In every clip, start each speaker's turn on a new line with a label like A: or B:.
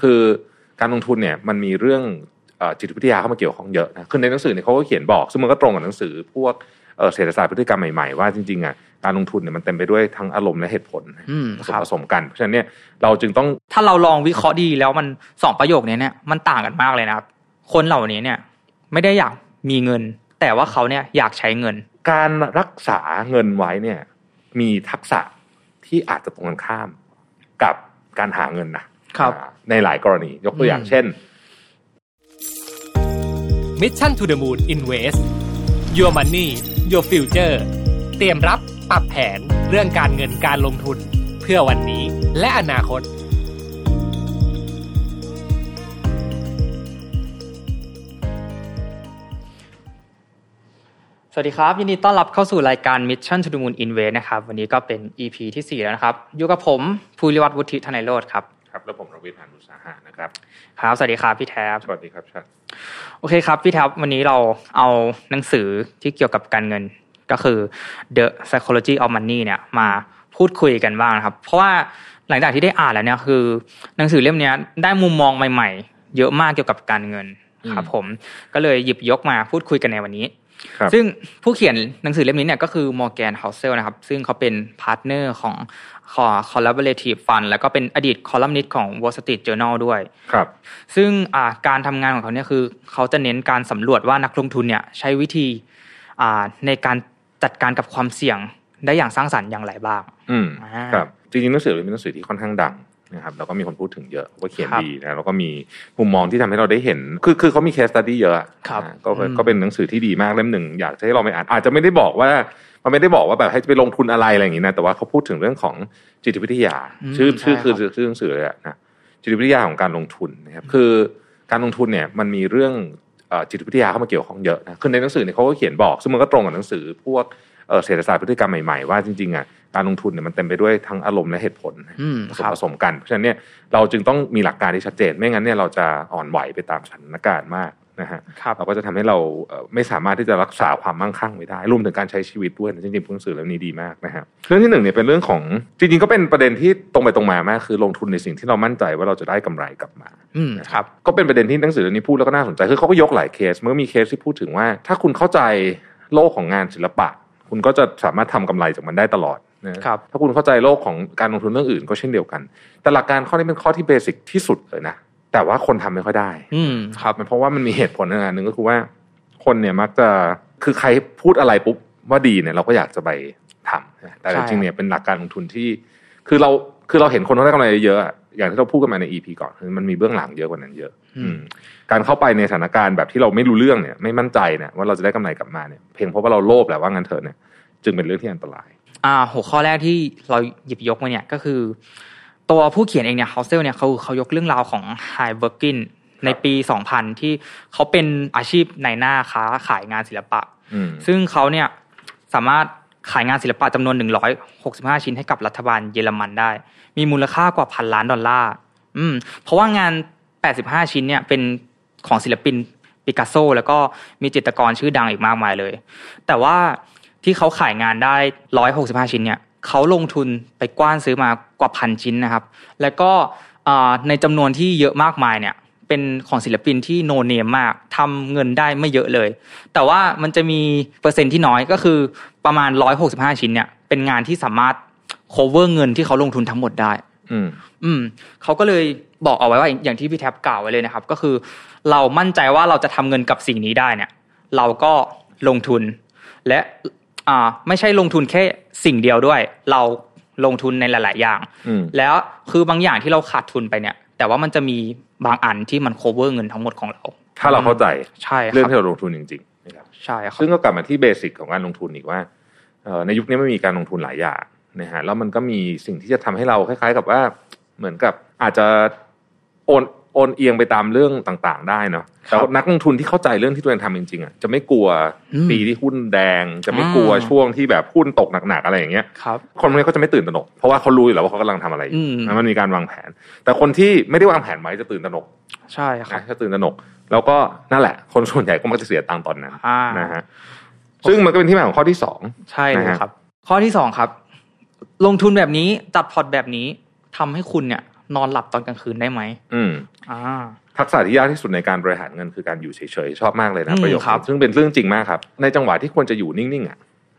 A: คือการลงทุนเนี่ยมันมีเรื่องเอ่อจิตวิทยาเข้ามาเกี่ยวข้องเยอะนะคือในหนังสือเนี่ยเขาก็เขียนบอกซึ่งมันก็ตรงกับหนังสือพวกเอ่อเศรษฐศาสตร์พฤติกรรมใหม่ๆว่าจริงๆอ่ะการลงทุนเนี่ยมันเต็มไปด้วยทั้งอารมณ์และเหตุผล
B: อืม
A: ผส
B: ค
A: ม
B: รับ
A: ผสมกันเพราะฉะนั้นเนี่ยเราจึงต้อง
B: ถ้าเราลองวิเคราะห์ดีๆแล้วมันสองประโยคเนี้ยเนี่ยมันต่างกันมากเลยนะครับ คนเหล่านี้เนี่ย ไม่ได้อยากมีเงิน แต่ว่าเขาเนี่ยอยากใช้เงิน
A: การรักษาเงินไว้เนี่ยมีทักษะที่อาจจะตรงกันข้ามกับการหาเงินนะครับ อ่าในหลายกรณียกตัวอย่างเช่น
C: Mission to the Moon Invest Your Money Your Future เตรียมรับปรับแผนเรื่องการเงินการลงทุนเพื่อวันนี้และอนาคต
B: สวัสดีครับ ยินดีต้อนรับเข้าสู่รายการ Mission to the Moon Invest นะครับ วันนี้ก็เป็น EP ที่ 4 แล้วนะครับ อยู่กับผมภูริวัฒน์วุฒิธนายโรธครับ
A: ครับแล้วผมรวิทย์หานุสาหะนะครับ
B: ครับสวัสดีครับพี่แทบ
A: สวัสดีครับชัด
B: โอเคครับพี่แท็บวันนี้เราเอาหนังสือที่เกี่ยวกับการเงินก็คือ The Psychology of Money เนี่ยมาพูดคุยกันบ้างนะครับ เพราะว่าหลังจากที่ได้อ่านแล้วเนี่ยคือ หนังสือเล่มเนี้ยได้มุมมองใหม่ ๆ เยอะมากเกี่ยวกับการเงินครับผมก็เลยหยิบยกมาพูดคุยกันในวันนี้
A: ครับ
B: ซึ่งผู้เขียนหนังสือเล่มนี้เนี่ยก็คือ Morgan h o u s e l นะครับ ซึ่งเขาเป็นพาร์ทเนอร์ของของ Collaborative Fund แล้วก็เป็นอดีตคอลัมนิสต์ของ Wall Street Journal ด้วย
A: ครับ
B: ซึ่งอ่าการทำงานของเขาเนี่ยคือเขาจะเน้นการสำรวจว่านักลงทุนเนี่ยใช้วิธีอ่าในการจัดการกับความเสี่ยงได้อย่างสร้างสรรค์อย่างไรบ้าง
A: อืม
B: อ่า
A: ครับจริงๆหนังสือเป็นหนังสือที่ค่อนข้างดังนะครับแล้วก็มีคนพูดถึงเยอะว่าเขียน
B: ครับ
A: ดีนะแล้วก็มีมุมมองที่ทำให้เราได้เห็น คือคือเขามี case study เยอะอะ
B: ครับ
A: อ่าก็
B: อืม
A: ก็เป็นหนังสือที่ดีมากเล่มหนึ่งอยากจะให้เราไปอ่านอาจจะไม่ได้บอกว่ามันไม่ได้บอกว่าแบบให้ไปลงทุนอะไรอะไรอย่างนี้นะแต่ว่าเขาพูดถึงเรื่องของจิตวิทยา
B: อืม
A: ชื่อ
B: ใช่
A: ชื่อคือ
B: ครับ
A: ชื่อหนังสือเลยอะนะจิตวิทยาของการลงทุนนะครับคือการลงทุนเนี่ยมันมีเรื่องเอ่อจิตวิทยาเข้ามาเกี่ยวข้องเยอะนะคือในหนังสือเนี่ยเขาก็เขียนบอกซึ่งมันก็ตรงกับหนังสือพวก เอ่อเศรษฐศาสตร์พฤติกรรมใหม่ ๆ ว่าจริงๆอ่ะการลงทุนเนี่ยมันเต็มไปด้วยทั้งอารมณ์และเหตุผล
B: อืม
A: ผส
B: ค
A: ม
B: รับ
A: ผสมกันเพราะฉะนั้นเนี่ยเราจึงต้องมีหลักการที่ชัดเจน ไม่งั้นเนี่ยเราจะอ่อนไหวไปตามสถานการณ์มากนะฮะ
B: ครับ
A: เราก็จะทำให้เราเอ่อไม่สามารถที่จะรักษาความมั่งคั่งไว้ได้รวมถึงการใช้ชีวิตด้วยนะจริงๆหนังสือเล่มนี้ดีมากนะครับเรื่องที่หนึ่งเนี่ยเป็นเรื่องของจริงๆก็เป็นประเด็นที่ตรงไปตรงมามากคือลงทุนในสิ่งที่เรามั่นใจว่าเราจะได้กำไรกลับมา
B: อืมครับ
A: ก็เป็นประเด็นที่หนังสือเล่มนี้พูดแล้วก็น่าสนใจคือเขาก็ยกหลายเคสมันก็มีเคสที่พูดถึงว่า ถ้าคุณเข้าใจโลกของงานศิลปะ คุณก็จะสามารถทำกำไรจากมันได้ตลอดนะครับ ถ้าคุณเข้าใจโลกของการลงทุนเรื่องอื่นก็เช่นเดียวกัน แต่หลักการข้อนี้เป็นข้อที่เบสิกที่สุดเลยนะแต่ว่าคนทำไม่ค่อยได้
B: อืมครับ
A: มันเพราะว่ามันมีเหตุผลอันหนึ่งก็คือว่า คนเนี่ยมักจะคือใครพูดอะไรปุ๊บว่าดีเนี่ยเราก็อยากจะไปทำนะแต่จริงๆเนี่ยเป็นหลักการลงทุนที่ คือเราคือเราเห็นคนเขาได้กำไรเยอะอะอย่างที่เราพูดกันมาใน EP ก่อนคือมันมีเบื้องหลังเยอะกว่านั้นเยอะ
B: อืม
A: การเข้าไปในสถานการณ์แบบที่เราไม่รู้เรื่องเนี่ยไม่มั่นใจเนี่ยว่าเราจะได้กำไรกลับมาเนี่ยเพียงเพราะว่าเราโลภแหละว่างั้นเถอะเนี่ยจึงเป็นเรื่องที่อันตราย
B: อ่าหัวข้อแรกที่เราหยิบยกมาเนี่ยก็คือ ตัวผู้เขียนเองเนี่ยเฮาเซลเนี่ยเขาเขายกเรื่องราวของไฮเบอร์กินในปี 2000 ที่เขาเป็นอาชีพในหน้าค้าขายงานศิลปะ
A: อืม
B: ซึ่งเขาเนี่ยสามารถขายงานศิลปะจำนวน 165 ชิ้นให้กับรัฐบาลเยอรมันได้ มีมูลค่ากว่าพันล้านดอลลาร์อืมเพราะว่างาน 85 ชิ้นเนี่ยเป็นของศิลปินปิกัสโซ แล้วก็มีจิตรกรชื่อดังอีกมากมายเลย แต่ว่าที่เขาขายงานได้ 165 ชิ้นเนี่ยเขาลงทุนไปกว้านซื้อมากว่าพันชิ้นนะครับ แล้วก็อ่าในจำนวนที่เยอะมากมายเนี่ยเป็นของศิลปินที่โนเนมมากทำเงินได้ไม่เยอะเลย แต่ว่ามันจะมีเปอร์เซ็นต์ที่น้อยก็คือประมาณ 165 ชิ้นเนี่ย เป็นงานที่สามารถ cover เงินที่เขาลงทุนทั้งหมดได้
A: อืม
B: อืมเขาก็เลยบอกเอาไว้ว่าอย่างที่พี่แท็บกล่าวไว้เลยนะครับ ก็คือ เรามั่นใจว่าเราจะทำเงินกับสิ่งนี้ได้เนี่ย เราก็ลงทุน และอ่าไม่ใช่ลงทุนแค่สิ่งเดียวด้วย เราลงทุนในหลาย ๆ อย่าง
A: อืม
B: แล้วคือบางอย่างที่เราขาดทุนไปเนี่ย แต่ว่ามันจะมีบางอันที่มัน cover เงินทั้งหมดของเรา
A: ถ้าเราเข้าใจ
B: ใช่ค
A: เรื่องที่
B: รับ
A: เราลงทุนจริงๆนะครับ
B: ใช่ครับ
A: ซึ่งก็กลับมาที่เบสิกของการลงทุนอีกว่าเอ่อในยุคนี้ไม่มีการลงทุนหลายอย่างนะฮะแล้วมันก็มีสิ่งที่จะทำให้เราคล้าย ๆ กับว่าเหมือนกับอาจจะโอนโอนเอียงไปตามเรื่องต่างๆ ได้เนาะแต่ว่านักลงทุนที่เข้าใจเรื่องที่ตัวเองทำจริงๆอ่ะจะไม่กลัว
B: อืม
A: ปีที่หุ้นแดง จะไม่กลัว
B: อ่า
A: ช่วงที่แบบหุ้นตกหนักๆอะไรอย่างเงี้ย
B: ครับ
A: คนพวกนี้เขาจะไม่ตื่นตระหนกเพราะว่าเขารู้อยู่แล้วว่าเขากำลังทำอะไรอยู่
B: อืม
A: นะมันมีการวางแผน แต่คนที่ไม่ได้วางแผนไว้จะตื่นตระหนก
B: ใช่ครับ
A: นะจะตื่นตระหนก แล้วก็นั่นแหละ คนส่วนใหญ่ก็มักจะเสียตังค์ตอนนั้น
B: อ่าน
A: นะฮะซึ่งมันก็เป็นที่มาของข้อที่สอง
B: ใช่เลย
A: นะฮะ
B: ครับ ข้อที่สองครับ ลงทุนแบบนี้จัดพอร์ตแบบนี้ทำให้คุณเนี่ย นอนหลับตอนกลางคืนได้ไหม
A: อืม
B: อ่า
A: ทักษะที่ยากที่สุดในการบริหารเงินคือการอยู่เฉยๆชอบมากเลยนะ
B: อืม
A: ประโยคนี้
B: ครับ
A: ซึ่งเป็นเรื่องจริงมากครับ ในจังหวะที่ควรจะอยู่นิ่งๆอ่ะ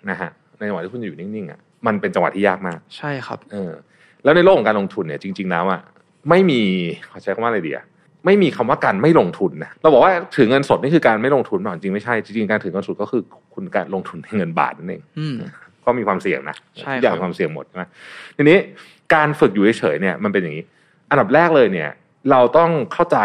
A: นะฮะในจังหวะที่คุณจะอยู่นิ่งๆอ่ะมันเป็นจังหวะที่ยากมาก
B: ใช่ครับ
A: เออ แล้วในโลกของการลงทุนเนี่ยจริง ๆ แล้วอ่ะไม่มีขอใช้คำว่าอะไรดีอ่ะไม่มีคำว่าการไม่ลงทุนนะเราบอกว่าถือเงินสดนี่คือการไม่ลงทุนเปล่าจริงๆไม่ใช่จริงๆการถือเงินสดก็คือคุณการลงทุนในเงินบาทนั่นเอง
B: อืม
A: ก็มีความเสี่ยงนะ
B: ใช่
A: ทุกอย่าง
B: ครับ
A: ความเสี่ยงหมดนะทีนี้การฝึกอยู่เฉยๆเนี่ยมันเป็นอย่างนี้ อันดับแรกเลยเนี่ย เราต้องเข้าใจ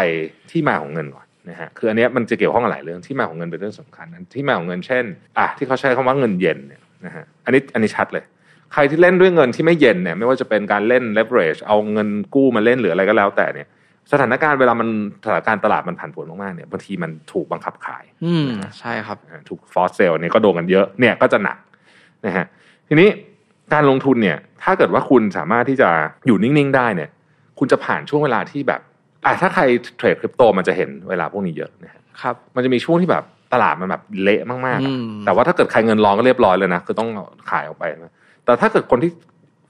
A: ที่มาของเงินก่อนนะฮะคืออันเนี้ยมันจะเกี่ยวข้องกับหลายเรื่องที่มาของเงินเป็นเรื่องสำคัญอันที่มาของเงินเช่นอ่ะที่เขาใช้คำว่าเงินเย็นเนี่ยนะฮะอันนี้อันนี้ชัดเลย ใครที่เล่นด้วยเงินที่ไม่เย็นเนี่ยไม่ว่าจะเป็นการเล่น leverage เอาเงินกู้มาเล่นหรืออะไรก็แล้วแต่เนี่ย สถานการณ์เวลามันสถานการณ์ตลาดมันผันผวนมากๆเนี่ยบางทีมันถูกบังคับขาย
B: อืม ใช่ครับ
A: อ่าถูกฟอสเซลเนี่ยก็โดนกันเยอะเนี่ยก็จะหนักนะฮะทีนี้การลงทุนเนี่ยถ้าเกิดว่าคุณสามารถที่จะอยู่นิ่ง ๆ ได้เนี่ยคุณจะผ่านช่วงเวลาที่แบบอ่ะถ้าใครเทรดคริปโตมันจะเห็นเวลาพวกนี้เยอะนะฮะ
B: ครับ
A: มันจะมีช่วงที่แบบตลาดมันแบบเละมากๆ
B: อื
A: อะ
B: ม
A: แต่ว่าถ้าเกิดใครเงินร้องก็เรียบร้อยเลยนะคือต้องขายออกไปนะแต่ถ้าเกิดคนที่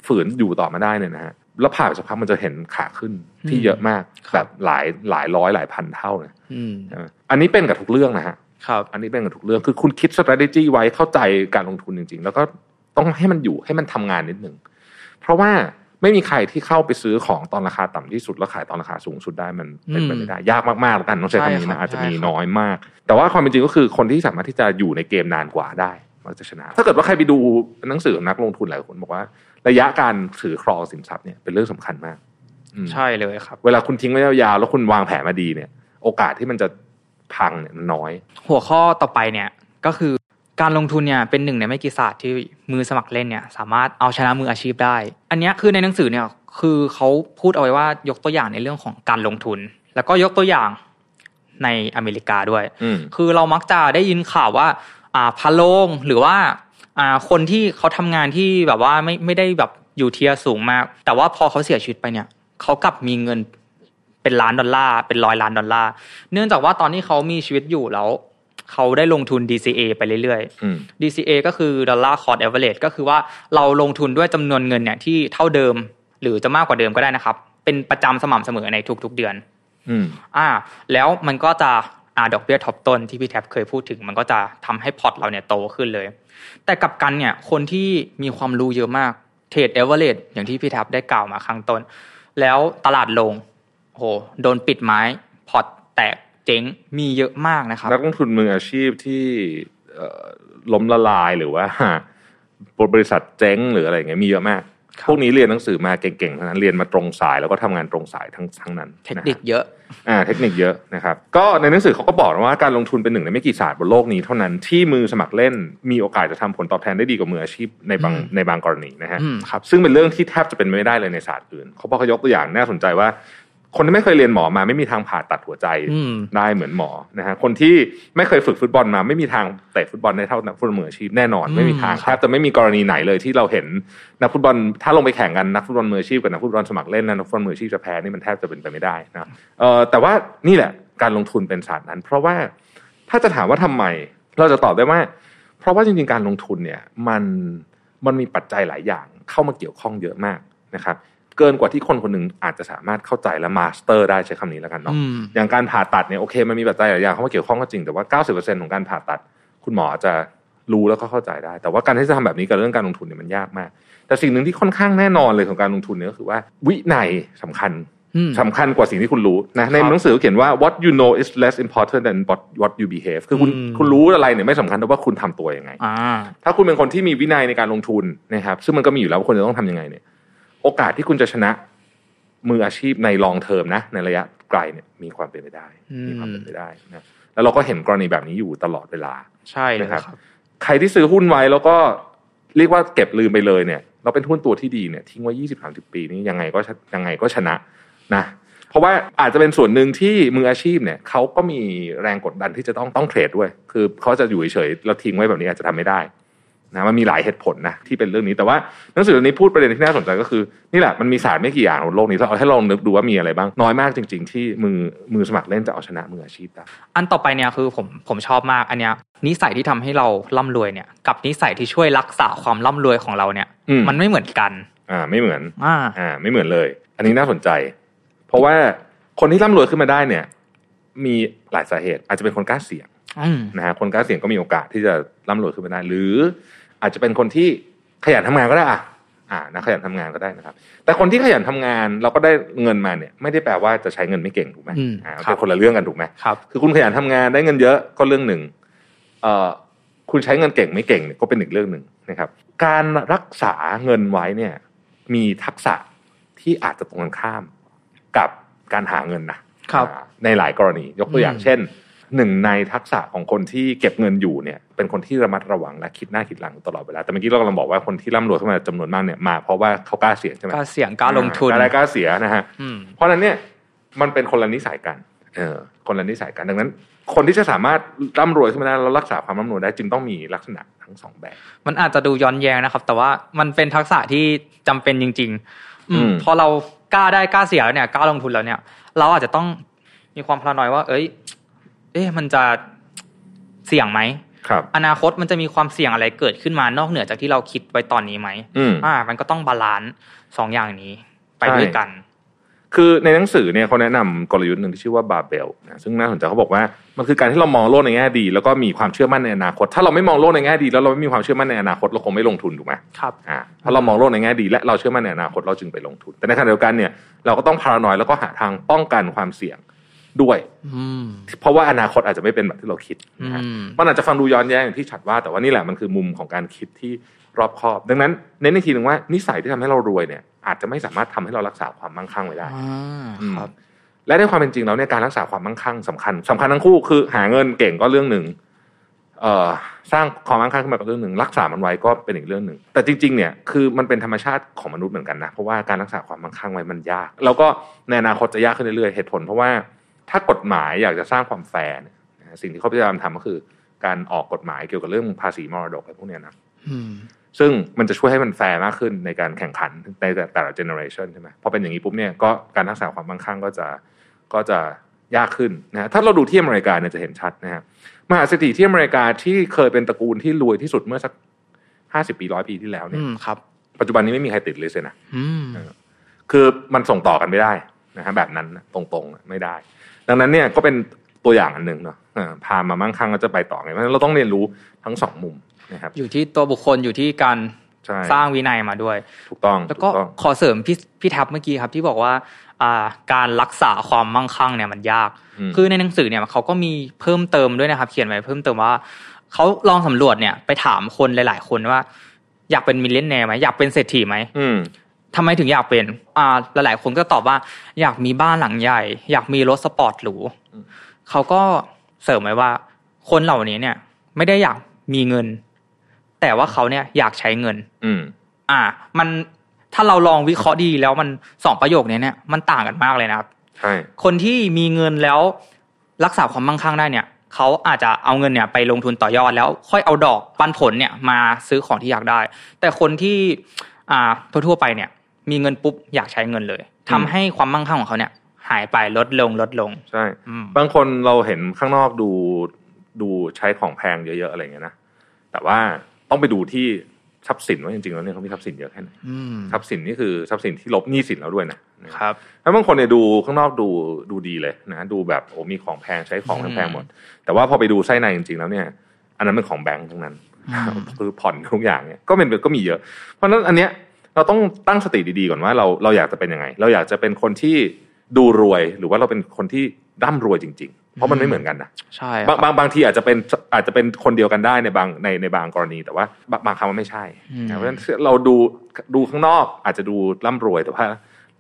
A: ฝืนอยู่ต่อมาได้เนี่ยนะฮะแล้วผ่านไปสักพักมันจะเห็นขาขึ้นที่เยอะมากแบบหลายหลายร้อยหลายพันเท่านะ
B: อืม
A: ใช่ไหมอันนี้เป็นกับทุกเรื่องนะฮะ
B: ครับ
A: อันนี้เป็นกับทุกเรื่องคือคุณคิด strategy ไว้เข้าใจการลงทุนจริง ๆ แล้วก็ต้องให้มันอยู่ให้มันทำงานนิดหนึ่งเพราะว่าไม่มีใครที่เข้าไปซื้อของตอนราคาต่ำที่สุด แล้วขายตอนราคาสูงสุดได้มันเป็นไป
B: อืม
A: ไม่ได้ ยากมากๆแล้วกันต้องใช้คำนี้
B: ใช่ครั
A: นะ
B: บ
A: อาจจะมี
B: ใช่ครับ
A: น้อยมาก แต่ว่าความเป็นจริงก็คือคนที่สามารถที่จะอยู่ในเกมนานกว่าได้มักจะชนะ ถ้าเกิดว่าใครไปดูหนังสือของนักลงทุนหลายคนบอกว่า ระยะการถือครองสินทรัพย์เนี่ยเป็นเรื่องสำคัญมากอืม
B: ใช่เลยครับ
A: เวลาคุณทิ้งไว้ยาวๆแล้วคุณวางแผนมาดีเนี่ย โอกาสที่มันจะพังเนี่ยมันน้อย
B: หัวข้อต่อไปเนี่ยก็คือการลงทุนเนี่ยเป็นหนึ่งในไม่กี่ศาสตร์ที่มือสมัครเล่นเนี่ยสามารถเอาชนะมืออาชีพได้ อันเนี้ยคือในหนังสือเนี่ยคือเขาพูดเอาไว้ว่ายกตัวอย่างในเรื่องของการลงทุน แล้วก็ยกตัวอย่างในอเมริกาด้วย
A: อืม
B: คือเรามักจะได้ยินข่าวว่า อ่าพะโลงหรือว่าอ่าคนที่เขาทำงานที่แบบว่าไม่ไม่ได้แบบอยู่เทียร์สูงมาก แต่ว่าพอเขาเสียชีวิตไปเนี่ยเขากลับมีเงินเป็นล้านดอลลาร์เป็นร้อยล้านดอลลาร์เนื่องจากว่าตอนที่เขามีชีวิตอยู่แล้ว เขาได้ลงทุน DCA ไปเรื่อย
A: อืม
B: ๆ DCA ก็คือ Dollar Cost Average ก็คือว่าเราลงทุนด้วยจำนวนเงินเนี่ยที่เท่าเดิมหรือจะมากกว่าเดิมก็ได้นะครับ เป็นประจำสม่ำเสมอในทุกๆเดือน
A: อืม
B: อ่าแล้วมันก็จะอ่าดอกเบี้ยทบต้นที่พี่แท็บเคยพูดถึง มันก็จะทำให้พอร์ตเราเนี่ยโตขึ้นเลย แต่กลับกันเนี่ยคนที่มีความรู้เยอะมากเทรดเอเวอเรสอย่างที่พี่แท็บได้กล่าวมาข้างต้น แล้วตลาดลงโหโดนปิดไม้พอร์ตแตกเจ๊งมีเยอะมากนะครับ
A: นักลงทุนมืออาชีพที่เอ่อล้มละลายหรือว่า บริษัทเจ๊งหรืออะไรอย่างเงี้ยมีเยอะมาก พวกนี้เรียนหนังสือมาเก่งๆทั้งนั้นเรียนมาตรงสายแล้วก็ทำงานตรงสายทั้งทั้งนั้น
B: เทคนิ
A: นะ
B: ค
A: ฮะ
B: เยอะ
A: อ่าเทคนิคเยอะนะครับ ก็ในหนังสือเขาก็บอกนะว่าการลงทุนเป็นหนึ่งในไม่กี่ศาสตร์บนโลกนี้เท่านั้นที่มือสมัครเล่นมีโอกาสจะทำผลตอบแทนได้ดีกว่ามืออาชีพในบาง
B: อืม
A: ในบางกรณีนะฮะ
B: อืมครับ
A: ซึ่งเป็นเรื่องที่แทบจะเป็นไม่ได้เลยในศาสตร์อื่น เขาบอกเขายกตัวอย่างน่าสนใจว่า คนที่ไม่เคยเรียนหมอมาไม่มีทางผ่าตัดหัวใจ
B: อืม
A: ได้เหมือนหมอนะฮะคนที่ไม่เคยฝึกฟุตบอลมา ไม่มีทางเตะฟุตบอลได้เท่านักฟุตบอลมืออาชีพแน่นอนไม่มีทางแทบจะไม่มีกรณีไหนเลยที่เราเห็นนักฟุตบอลถ้าลงไปแข่งกันนักฟุตบอลมืออาชีพกับนักฟุตบอลสมัครเล่นนะนักฟุตบอลมืออาชีพจะแพ้นี่มันแทบจะเป็นไปไม่ได้นะเอ่อแต่ว่านี่แหละการลงทุนเป็นศาสตร์นั้น เพราะว่าถ้าจะถามว่าทำไมเราจะตอบได้ว่า เพราะว่าจริงๆ การลงทุนเนี่ยมันมันมีปัจจัยหลายอย่างเข้ามาเกี่ยวข้องเยอะมากนะครับ เกินกว่าที่คนคนหนึ่งอาจจะสามารถเข้าใจและมาสเตอร์ได้ใช้คำนี้แล้วกันเนาะ
B: อืม
A: อย่างการผ่าตัดเนี่ยโอเคมันมีปัจจัยหลายอย่างเข้ามาเกี่ยวข้องก็จริงแต่ว่า90%ของการผ่าตัด คุณหมออาจจะรู้แล้วก็เข้าใจได้ แต่ว่าการที่จะทำแบบนี้กับเรื่องการลงทุนเนี่ยมันยากมาก แต่สิ่งหนึ่งที่ค่อนข้างแน่นอนเลยของการลงทุนเนี่ยก็คือว่า วินัยสำคัญ
B: อืม
A: สำคัญกว่าสิ่งที่คุณรู้นะในหนังสือเขียนว่า what you know is less important than what what you behave คือคุณ
B: อืม
A: คุณรู้อะไรเนี่ยไม่สำคัญเท่าว่าคุณทำตัวยังไง
B: อ่า
A: ถ้าคุณเป็นคนที่มีวินัยในการลงทุนนะครับ ซึ่งมันก็มีอยู่แล้วว่าคนจะต้องทำยังไงเนี่ย โอกาสที่คุณจะชนะมืออาชีพในลองเทอมนะ ในระยะไกลเนี่ยมีความเป็นไปได้
B: อืม
A: มีความเป็นไปได้นะแล้วเราก็เห็นกรณีแบบนี้อยู่ตลอดเวลา
B: ใช่เลยครับ
A: ใครที่ซื้อหุ้นไว้แล้วก็เรียกว่าเก็บลืมไปเลยเนี่ย เราเป็นหุ้นตัวที่ดีเนี่ยทิ้งไว้ยี่สิบสามสิบปีนี่ยังไงก็ชยังไงก็ชนะนะเพราะว่าอาจจะเป็นส่วนหนึ่งที่มืออาชีพเนี่ยเขาก็มีแรงกดดันที่จะต้องต้องเทรดด้วย คือเขาจะอยู่เฉยๆแล้วทิ้งไว้แบบนี้อาจจะทำไม่ได้นะมันมีหลายเหตุผลนะที่เป็นเรื่องนี้แต่ว่าหนังสือเล่มนี้พูดประเด็นที่น่าสนใจก็คือนี่แหละมันมีศาสตร์ไม่กี่อย่างบนโลกนี้เราเอาให้ลองนึกดูว่ามีอะไรบ้างน้อยมากจริง ๆ ที่มือมือสมัครเล่นจะเอาชนะมืออาชีพได้
B: อันต่อไปเนี่ยคือผมผมชอบมากอันเนี้ยนิสัยที่ทำให้เราร่ำรวยเนี่ยกับนิสัยที่ช่วยรักษาความร่ำรวยของเราเนี่ย
A: อืม
B: มันไม่เหมือนกัน
A: อ่าไม่เหมือน
B: อ่า
A: อ่าไม่เหมือนเลย อันนี้น่าสนใจ เพราะว่าคนที่ร่ำรวยขึ้นมาได้เนี่ย มีหลายสาเหตุ อาจจะเป็นคนกล้าเสี่ยง
B: อืม
A: นะฮะคนกล้าเสี่ยงก็มีโอกาสที่จะร่ำรวยขึ้นมาได้ หรืออาจจะเป็นคนที่ขยันทำงานก็ได้อ่ะอ่านะขยันทำงานก็ได้นะครับ แต่คนที่ขยันทำงานเราก็ได้เงินมาเนี่ย ไม่ได้แปลว่าจะใช้เงินไม่เก่งถูกไหม
B: อืม
A: อ่า
B: ครับ
A: เป็นคนละเรื่องกันถูกไหม
B: ครับ
A: คือคุณขยันทำงานได้เงินเยอะก็เรื่องหนึ่งเอ่อคุณใช้เงินเก่งไม่เก่งเนี่ยก็เป็นอีกเรื่องหนึ่งนะครับ การรักษาเงินไว้เนี่ย มีทักษะที่อาจจะตรงกันข้ามกับการหาเงินนะครับ อ่าในหลายกรณี ยกตัวอย่างเช่นหนึ่งในทักษะของคนที่เก็บเงินอยู่เนี่ย เป็นคนที่ระมัดระวังและคิดหน้าคิดหลังตลอดเวลาแต่เมื่อกี้เรากำลังบอกว่าคนที่ร่ำรวยขึ้นมาจำนวนมากเนี่ยมาเพราะว่าเขากล้าเสี่ยงใช่ไหม
B: กล้าเสี่ยงกล้าลงทุน
A: อ่กล้าได้กล้าเสียนะฮะ
B: อืม
A: เพราะฉะนั้นเนี่ยมันเป็นคนละนิสัยกันเออคนละนิสัยกันดังนั้น คนที่จะสามารถร่ำรวยขึ้นมาได้แล้วรักษาความร่ำรวยได้จึงต้องมีลักษณะทั้งสองแบบ
B: มันอาจจะดูย้อนแย้งนะครับ แต่ว่ามันเป็นทักษะที่จำเป็นจริง ๆ อื
A: อื
B: ม
A: ม
B: พอเรากล้าได้กล้าเสียแล้วเนี่ยกล้าลงทุนแล้วเนี่ย เราอาจจะต้องมีความพลานอยว่า เอ้ย เอ๊ะมันจะเสี่ยงไหม
A: ครับ
B: อนาคตมันจะมีความเสี่ยงอะไรเกิดขึ้นมานอกเหนือจากที่เราคิดไว้ตอนนี้ไหม
A: อืม
B: อ่า มันก็ต้องบาลานซ์สองอย่างนี้ ไป
A: ใช่
B: ด้วยกัน
A: คือในหนังสือเนี่ยเขาแนะนำกลยุทธ์หนึ่งที่ชื่อว่าบาเบลนะซึ่งน่าสนใจเขาบอกว่ามันคือการที่เรามองโลกในแง่ดี แล้วก็มีความเชื่อมั่นในอนาคต ถ้าเราไม่มองโลกในแง่ดี แล้วเราไม่มีความเชื่อมั่นในอนาคตเราคงไม่ลงทุนถูกไหม
B: ครับ
A: อ่าเพราะเรามองโลกในแง่ดีและเราเชื่อมั่นในอนาคตเราจึงไปลงทุน แต่ในขณะเดียวกันเนี่ยเราก็ต้องพารานอยแล้วก็หาทางป้องกันความเสี่ยงด้วย
B: อืม
A: เพราะว่าอนาคตอาจจะไม่เป็นแบบที่เราคิดนะฮะ
B: อืม
A: มันอาจจะฟังดูย้อนแย้งอย่างที่ฉัดว่า แต่ว่านี่แหละมันคือมุมของการคิดที่รอบคอบ ดังนั้นเน้นอีกทีหนึ่งว่านิสัยที่ทำให้เรารวยเนี่ยอาจจะไม่สามารถทำให้เรารักษาความมั่งคั่งไว้ได้
B: อ่าครับ
A: อืมและในความเป็นจริงแล้วเนี่ยการรักษาความมั่งคั่งสำคัญสำคัญทั้งคู่คือหาเงินเก่งก็เรื่องหนึ่งเอ่อสร้างความมั่งคั่งขึ้นมาก็เรื่องหนึ่งรักษามันไว้ก็เป็นอีกเรื่องหนึ่งแต่จริง ๆ เนี่ยคือมันเป็นธรรมชาติของมนุษย์เหมือนกันนะเพราะว่าการรักษาความมั่งคั่งไว้มันยาก แล้วก็ในอนาคตจะยากขึ้นเรื่อยๆเหตุผล เพราะว่าถ้ากฎหมายอยากจะสร้างความแฟร์เนี่ยนะสิ่งที่เขาพยายามทำก็คือการออกกฎหมายเกี่ยวกับเรื่องภาษีมรดกอะไรพวกเนี้ยนะ
B: อืม
A: ซึ่งมันจะช่วยให้มันแฟร์มากขึ้นในการแข่งขันในแต่แต่ละเจเนอเรชันใช่ไหมพอเป็นอย่างนี้ปุ๊บเนี่ยก็การรักษาความมั่งคั่งก็จะก็จะยากขึ้นนะฮะถ้าเราดูที่อเมริกาเนี่ยจะเห็นชัดนะฮะมหาเศรษฐีที่อเมริกาที่เคยเป็นตระกูลที่รวยที่สุดเมื่อสักห้าสิบปีร้อยปีที่แล้วเนี่ย
B: อืม ครับ
A: ปัจจุบันนี้ไม่มีใครติดเลยเลยนะ
B: อืม
A: คือมันส่งต่อกันไม่ได้นะฮะแบบนั้นนะตรงๆนะไม่ได้ ดังนั้นเนี่ยก็เป็นตัวอย่างอันหนึ่งเนาะเออพามามั่งคั่งก็จะไปต่อไงเพราะฉะนั้นเราต้องเรียนรู้ทั้งสองมุมนะครับ
B: อยู่ที่ตัวบุคคลอยู่ที่การ
A: ใช่
B: สร้างวินัยมาด้วย
A: ถูกต้อง
B: แล้วก็
A: ถูต้อง
B: ขอเสริมพี่พี่แท็บเมื่อกี้ครับที่บอกว่าอ่าการรักษาความมั่งคั่งเนี่ยมันยาก
A: อืม
B: คือในหนังสือเนี่ยเขาก็มีเพิ่มเติมด้วยนะครับ เขียนไว้เพิ่มเติมว่าเขาลองสำรวจเนี่ยไปถามคนหลาย ๆ คนว่า อยากเป็นมิลเลนแนร์ไหมอยากเป็นเศรษฐีไหม
A: อืม
B: ทำไมถึงอยากเป็นอ่าหลาย ๆ คนก็ตอบว่า อยากมีบ้านหลังใหญ่ อยากมีรถสปอร์ตหรู
A: อืม
B: เขาก็เสริมไว้ว่า คนเหล่านี้เนี่ย ไม่ได้อยากมีเงิน แต่ว่าเขาเนี่ยอยากใช้เงิน
A: อืม
B: อ่ามันถ้าเราลองวิเคราะห์ดีแล้วมันสองประโยคเนี้ยเนี่ยมันต่างกันมากเลยนะครับ
A: ใช่
B: คนที่มีเงินแล้วรักษาความมั่งคั่งได้เนี่ยเขาอาจจะเอาเงินเนี่ยไปลงทุนต่อยอดแล้วค่อยเอาดอกปันผลเนี่ยมาซื้อของที่อยากได้ แต่คนที่อ่าทั่วๆไปเนี่ย มีเงินปุ๊บอยากใช้เงินเลยทำให้ความมั่งคั่งของเขาเนี่ย หายไปลดลงลดลง
A: ใช่
B: อืม
A: บางคนเราเห็นข้างนอกดูดูใช้ของแพงเยอะ ๆ อะไรอย่างเงี้ยนะแต่ว่าต้องไปดูที่ทรัพย์สินว่าจริงๆแล้วเนี่ยเขามีทรัพย์สินเยอะแค่ไหน
B: อืม
A: ทรัพย์สินนี่คือทรัพย์สินที่ลบหนี้สินแล้วด้วยนะครับ แล้วบางคนเนี่ยดูข้างนอกดูดูดีเลยนะดูแบบโอ้มีของแพงใช้ของแพงๆหมด แต่ว่าพอไปดูไส้ในจริงๆแล้วเนี่ย อันนั้นเป็นของแบงค์ทั้งนั้น
B: อืม
A: คือผ่อนทุกอย่างเนี่ยก็เป็นก็มีเยอะ เพราะฉะนั้นอันเนี้ยเราต้องตั้งสติดีๆก่อนว่าเราเราอยากจะเป็นยังไง เราอยากจะเป็นคนที่ดูรวยหรือว่าเราเป็นคนที่ร่ำรวยจริง ๆ เพราะมันไม่เหมือนกันนะ
B: ใช่
A: บางบางบางทีอาจจะเป็นอาจจะเป็นคนเดียวกันได้ในบางในในบางกรณีแต่ว่าบางบางคำมันไม่ใช่นะเพราะฉะนั้นเราดูดูข้างนอกอาจจะดูร่ำรวยแต่ว่า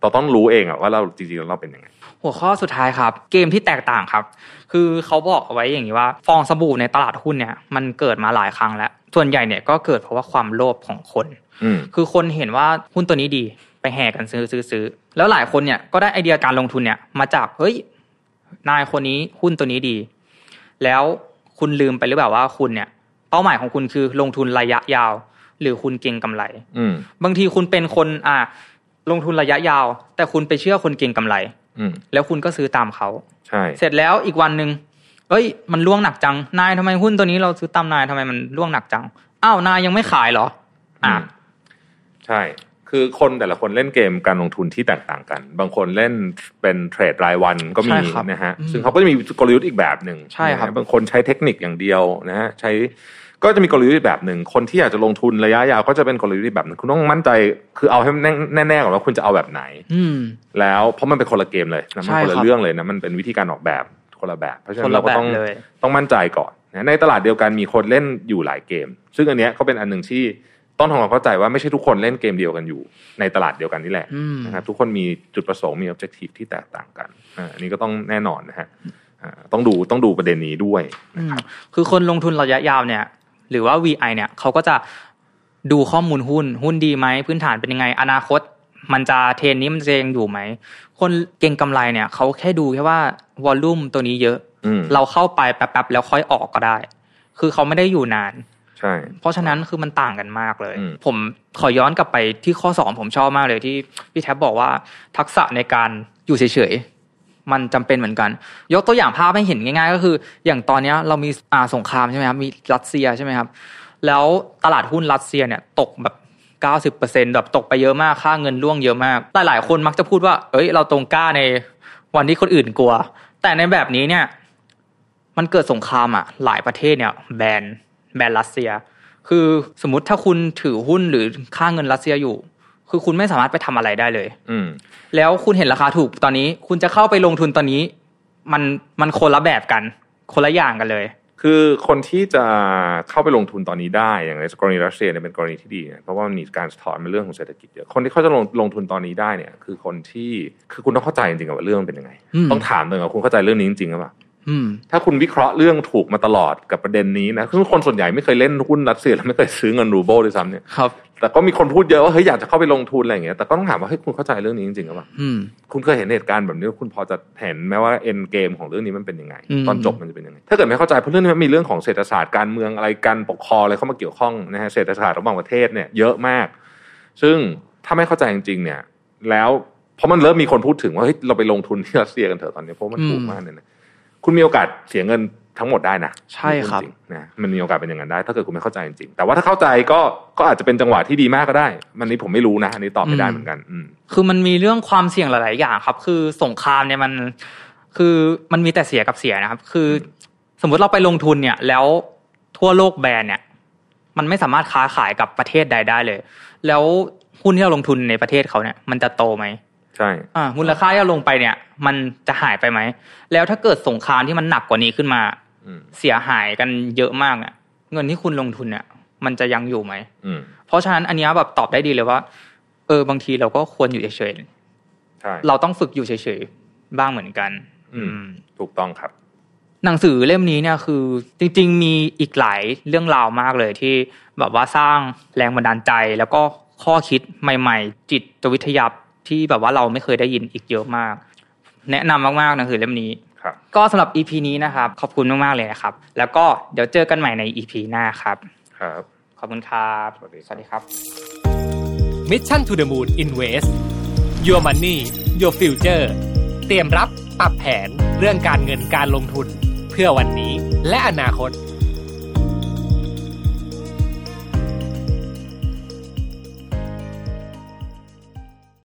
A: เราต้องรู้เองอะว่าเราจริงๆแล้วเราเป็นยังไง
B: หัวข้อสุดท้ายครับ เกมที่แตกต่างครับ คือเขาบอกเอาไว้อย่างนี้ว่า ฟองสบู่ในตลาดหุ้นเนี่ย มันเกิดมาหลายครั้งแล้ว ส่วนใหญ่เนี่ยก็เกิดเพราะว่าความโลภของคน
A: อืม
B: คือคนเห็นว่าหุ้นตัวนี้ดีไปแห่กันซื้อซื้อซื้อแล้วหลายคนเนี่ยก็ได้ไอเดียการลงทุนเนี่ยมาจากเฮ้ยนายคนนี้หุ้นตัวนี้ดี แล้วคุณลืมไปหรือเปล่าว่าคุณเนี่ย เป้าหมายของคุณคือลงทุนระยะยาว หรือคุณเก็งกำไร
A: อืม
B: บางทีคุณเป็นคนอ่า ลงทุนระยะยาว แต่คุณไปเชื่อคนเก็งกำไร
A: อืม
B: แล้วคุณก็ซื้อตามเขา
A: ใช่
B: เสร็จแล้วอีกวันหนึ่งเอ้ย มันล่วงหนักจัง นายทำไมหุ้นตัวนี้เราซื้อตามนายทำไมมันล่วงหนักจัง อ้าวนายยังไม่ขายเหรอ อ่ะ
A: ใช่ คือคนแต่ละคนเล่นเกมการลงทุนที่แตกต่างกัน บางคนเล่นเป็นเทรดรายวันก็มี
B: ใช่ครับ
A: นะฮะ
B: อืม
A: ซึ่งเขาก็จะมีกลยุทธ์อีกแบบหนึ่ง
B: ใช่ครับ
A: นะฮะบางคนใช้เทคนิคอย่างเดียวนะฮะใช้ก็จะมีกลยุทธ์อีกแบบหนึ่งคนที่อยากจะลงทุนระยะยาวก็จะเป็นกลยุทธ์อีกแบบหนึงคุณต้องมั่นใจคือเอาให้แน่แน่ๆก่อนว่าคุณจะเอาแบบไหน
B: อืม
A: แล้วเพราะมันเป็นคนละเกมเลยนะมัน
B: ใช่
A: คนละ
B: ครับ
A: เรื่องเลยนะมันเป็นวิธีการออกแบบคนละแบบ เพราะฉะ
B: ค
A: นั้นน
B: ละ
A: เรา
B: แบ
A: ก็
B: บ
A: ต้อง
B: เลย
A: ต้องมั่นใจก่อนนะในตลาดเดียวกันมีคนเล่นอยู่หลายเกม ซึ่งอันเนี้ยก็เป็นอันหนึ่งที่ต้องทำความเข้าใจว่าไม่ใช่ทุกคนเล่นเกมเดียวกันอยู่ ในตลาดเดียวกันนี่แหละ
B: อืม
A: นะครับทุกคนมีจุดประสงค์มี objective ที่แตกต่างกันอ่าอันนี้ก็ต้องแน่นอนนะฮะอ่าต้องดูต้องดูประเด็นนี้ด้วย
B: อืมคือคนลงทุนระยะยาวเนี่ย หรือว่า VI เนี่ยเขาก็จะดูข้อมูลหุ้น หุ้นดีไหมพื้นฐานเป็นยังไง อนาคต มันจะเทรนนี้มันจะยังอยู่ไหม คนเก่งกำไรเนี่ยเขาแค่ดูแค่ว่าวอลลุ่มตัวนี้เยอะ
A: อืม
B: เราเข้าไปแป๊บๆแล้วค่อยออกก็ได้ คือเขาไม่ได้อยู่นาน
A: ใช่
B: เพราะฉะนั้นคือมันต่างกันมากเลย
A: อืม
B: ผมขอย้อนกลับไปที่ข้อสองผมชอบมากเลยที่พี่แท็บบอกว่าทักษะในการอยู่เฉยๆ มันจำเป็นเหมือนกัน ยกตัวอย่างภาพให้เห็นง่ายๆ ก็คือ อย่างตอนเนี้ยเรามีอ่าสงครามใช่ไหมครับ มีรัสเซียใช่ไหมครับ แล้วตลาดหุ้นรัสเซียเนี่ยตกแบบ 90%แบบตกไปเยอะมากค่าเงินร่วงเยอะมากหลายๆคนมักจะพูดว่า เอ้ย เราตรงกล้าในวันที่คนอื่นกลัว แต่ในแบบนี้เนี่ย มันเกิดสงครามอ่ะ หลายประเทศเนี่ย แบนแบนรัสเซีย คือสมมติถ้าคุณถือหุ้นหรือค่าเงินรัสเซียอยู่ คือคุณไม่สามารถไปทำอะไรได้เลย
A: อืม
B: แล้วคุณเห็นราคาถูกตอนนี้ คุณจะเข้าไปลงทุนตอนนี้ มันมันคนละแบบกัน คนละอย่างกันเลย
A: คือคนที่จะเข้าไปลงทุนตอนนี้ได้อย่างในกรณีรัสเซียเนี่ยเป็นกรณีที่ดีนะเพราะว่ามันมีการสะท้อนเป็นเรื่องของเศรษฐกิจเยอะคนที่เขาจะลงลงทุนตอนนี้ได้เนี่ย คือคนที่คือคุณต้องเข้าใจจริงๆอะว่าเรื่องมันเป็นยังไง
B: อืม
A: ต้องถามตัวเองว่าคุณเข้าใจเรื่องนี้จริงๆหรือเปล่า
B: อืม
A: ถ้าคุณวิเคราะห์เรื่องถูกมาตลอดกับประเด็นนี้นะซึ่งคนส่วนใหญ่ไม่เคยเล่นหุ้นรัสเซียและไม่เคยซื้อเงินรูเบิลด้วยซ้ำเนี่ย
B: ครับ
A: แต่ก็มีคนพูดเยอะว่าเฮ้ยอยากจะเข้าไปลงทุนอะไรอย่างเงี้ย แต่ก็ต้องถามว่าเฮ้ยคุณเข้าใจเรื่องนี้จริงๆหรือเปล่า
B: อืม
A: คุณเคยเห็นเหตุการณ์แบบนี้ คุณพอจะเห็นไหมว่าเอ็นเกมของเรื่องนี้มันเป็นยังไง
B: อืม
A: ตอนจบมันจะเป็นยังไง ถ้าเกิดไม่เข้าใจเพราะเรื่องนี้มันมีเรื่องของเศรษฐศาสตร์การเมืองอะไรการปกครองอะไรเข้ามาเกี่ยวข้องนะฮะ เศรษฐศาสตร์ระหว่างประเทศเนี่ยเยอะมาก ซึ่งถ้าไม่เข้าใจจริงๆ เนี่ย แล้วเพราะมันเริ่มมีคนพูดถึงว่าเฮ้ยเราไปลงทุนที่รัสเซียกันเถอะตอนนี้เพราะมันถูกมากเนี่ยนะคุณมีโอกาสเสียเงินทั้งหมดได้นะ
B: ใช่ครับ
A: จงๆนะมันมีโอกาสเป็นอย่างนั้นได้ ถ้าเกิดคุณไม่เข้าใจจริงๆแต่ว่าถ้าเข้าใจก็ก็อาจจะเป็นจังหวะที่ดีมากก็ได้ มันนี้ผมไม่รู้นะอันนี้ตอบไม่ได้เหมือนกันอืม
B: คือมันมีเรื่องความเสี่ยงหลาย ๆ อย่างครับ คือสงครามเนี่ยมันคือมันมีแต่เสียกับเสียนะครับ คืออสมมุติเราไปลงทุนเนี่ย แล้วทั่วโลกแบนเนี่ย มันไม่สามารถค้าขายกับประเทศใดได้เลย แล้วหุ้นที่เราลงทุนในประเทศเขาเนี่ย มันจะโตไหม
A: ใช่
B: อ่ามูลค่าที่เราลงไปเนี่ย มันจะหายไปไหม แล้วถ้าเกิดสงครามที่มันหนักกว่านี้ขึ้นมา
A: อืม
B: เสียหายกันเยอะมากเนี่ยเงินที่คุณลงทุนเนี่ย มันจะยังอยู่ไหม
A: อืม
B: เพราะฉะนั้นอันเนี้ยแบบตอบได้ดีเลยว่า เออบางทีเราก็ควรอยู่เฉยๆ
A: ใช่
B: เราต้องฝึกอยู่เฉยๆ บ้างเหมือนกัน
A: อืม ถูกต้องครับ
B: หนังสือเล่มนี้เนี่ยคือจริงๆ มีอีกหลายเรื่องราวมากเลยที่แบบว่าสร้างแรงบันดาลใจ แล้วก็ข้อคิดใหม่ๆ จิตวิทยาที่แบบว่าเราไม่เคยได้ยินอีกเยอะมาก แนะนำมากๆหนังสือเล่มนี้
A: ครับ
B: ก็สำหรับ EP นี้นะครับ ขอบคุณมากๆเลยนะครับ แล้วก็เดี๋ยวเจอกันใหม่ใน EP หน้าครับ
A: ครับ
B: ขอบคุณครับ
A: สวัสดีครับ
B: ครับ
C: Mission to the Moon Invest Your Money Your Future เตรียมรับปรับแผนเรื่องการเงินการลงทุน เพื่อวันนี้และอนาคต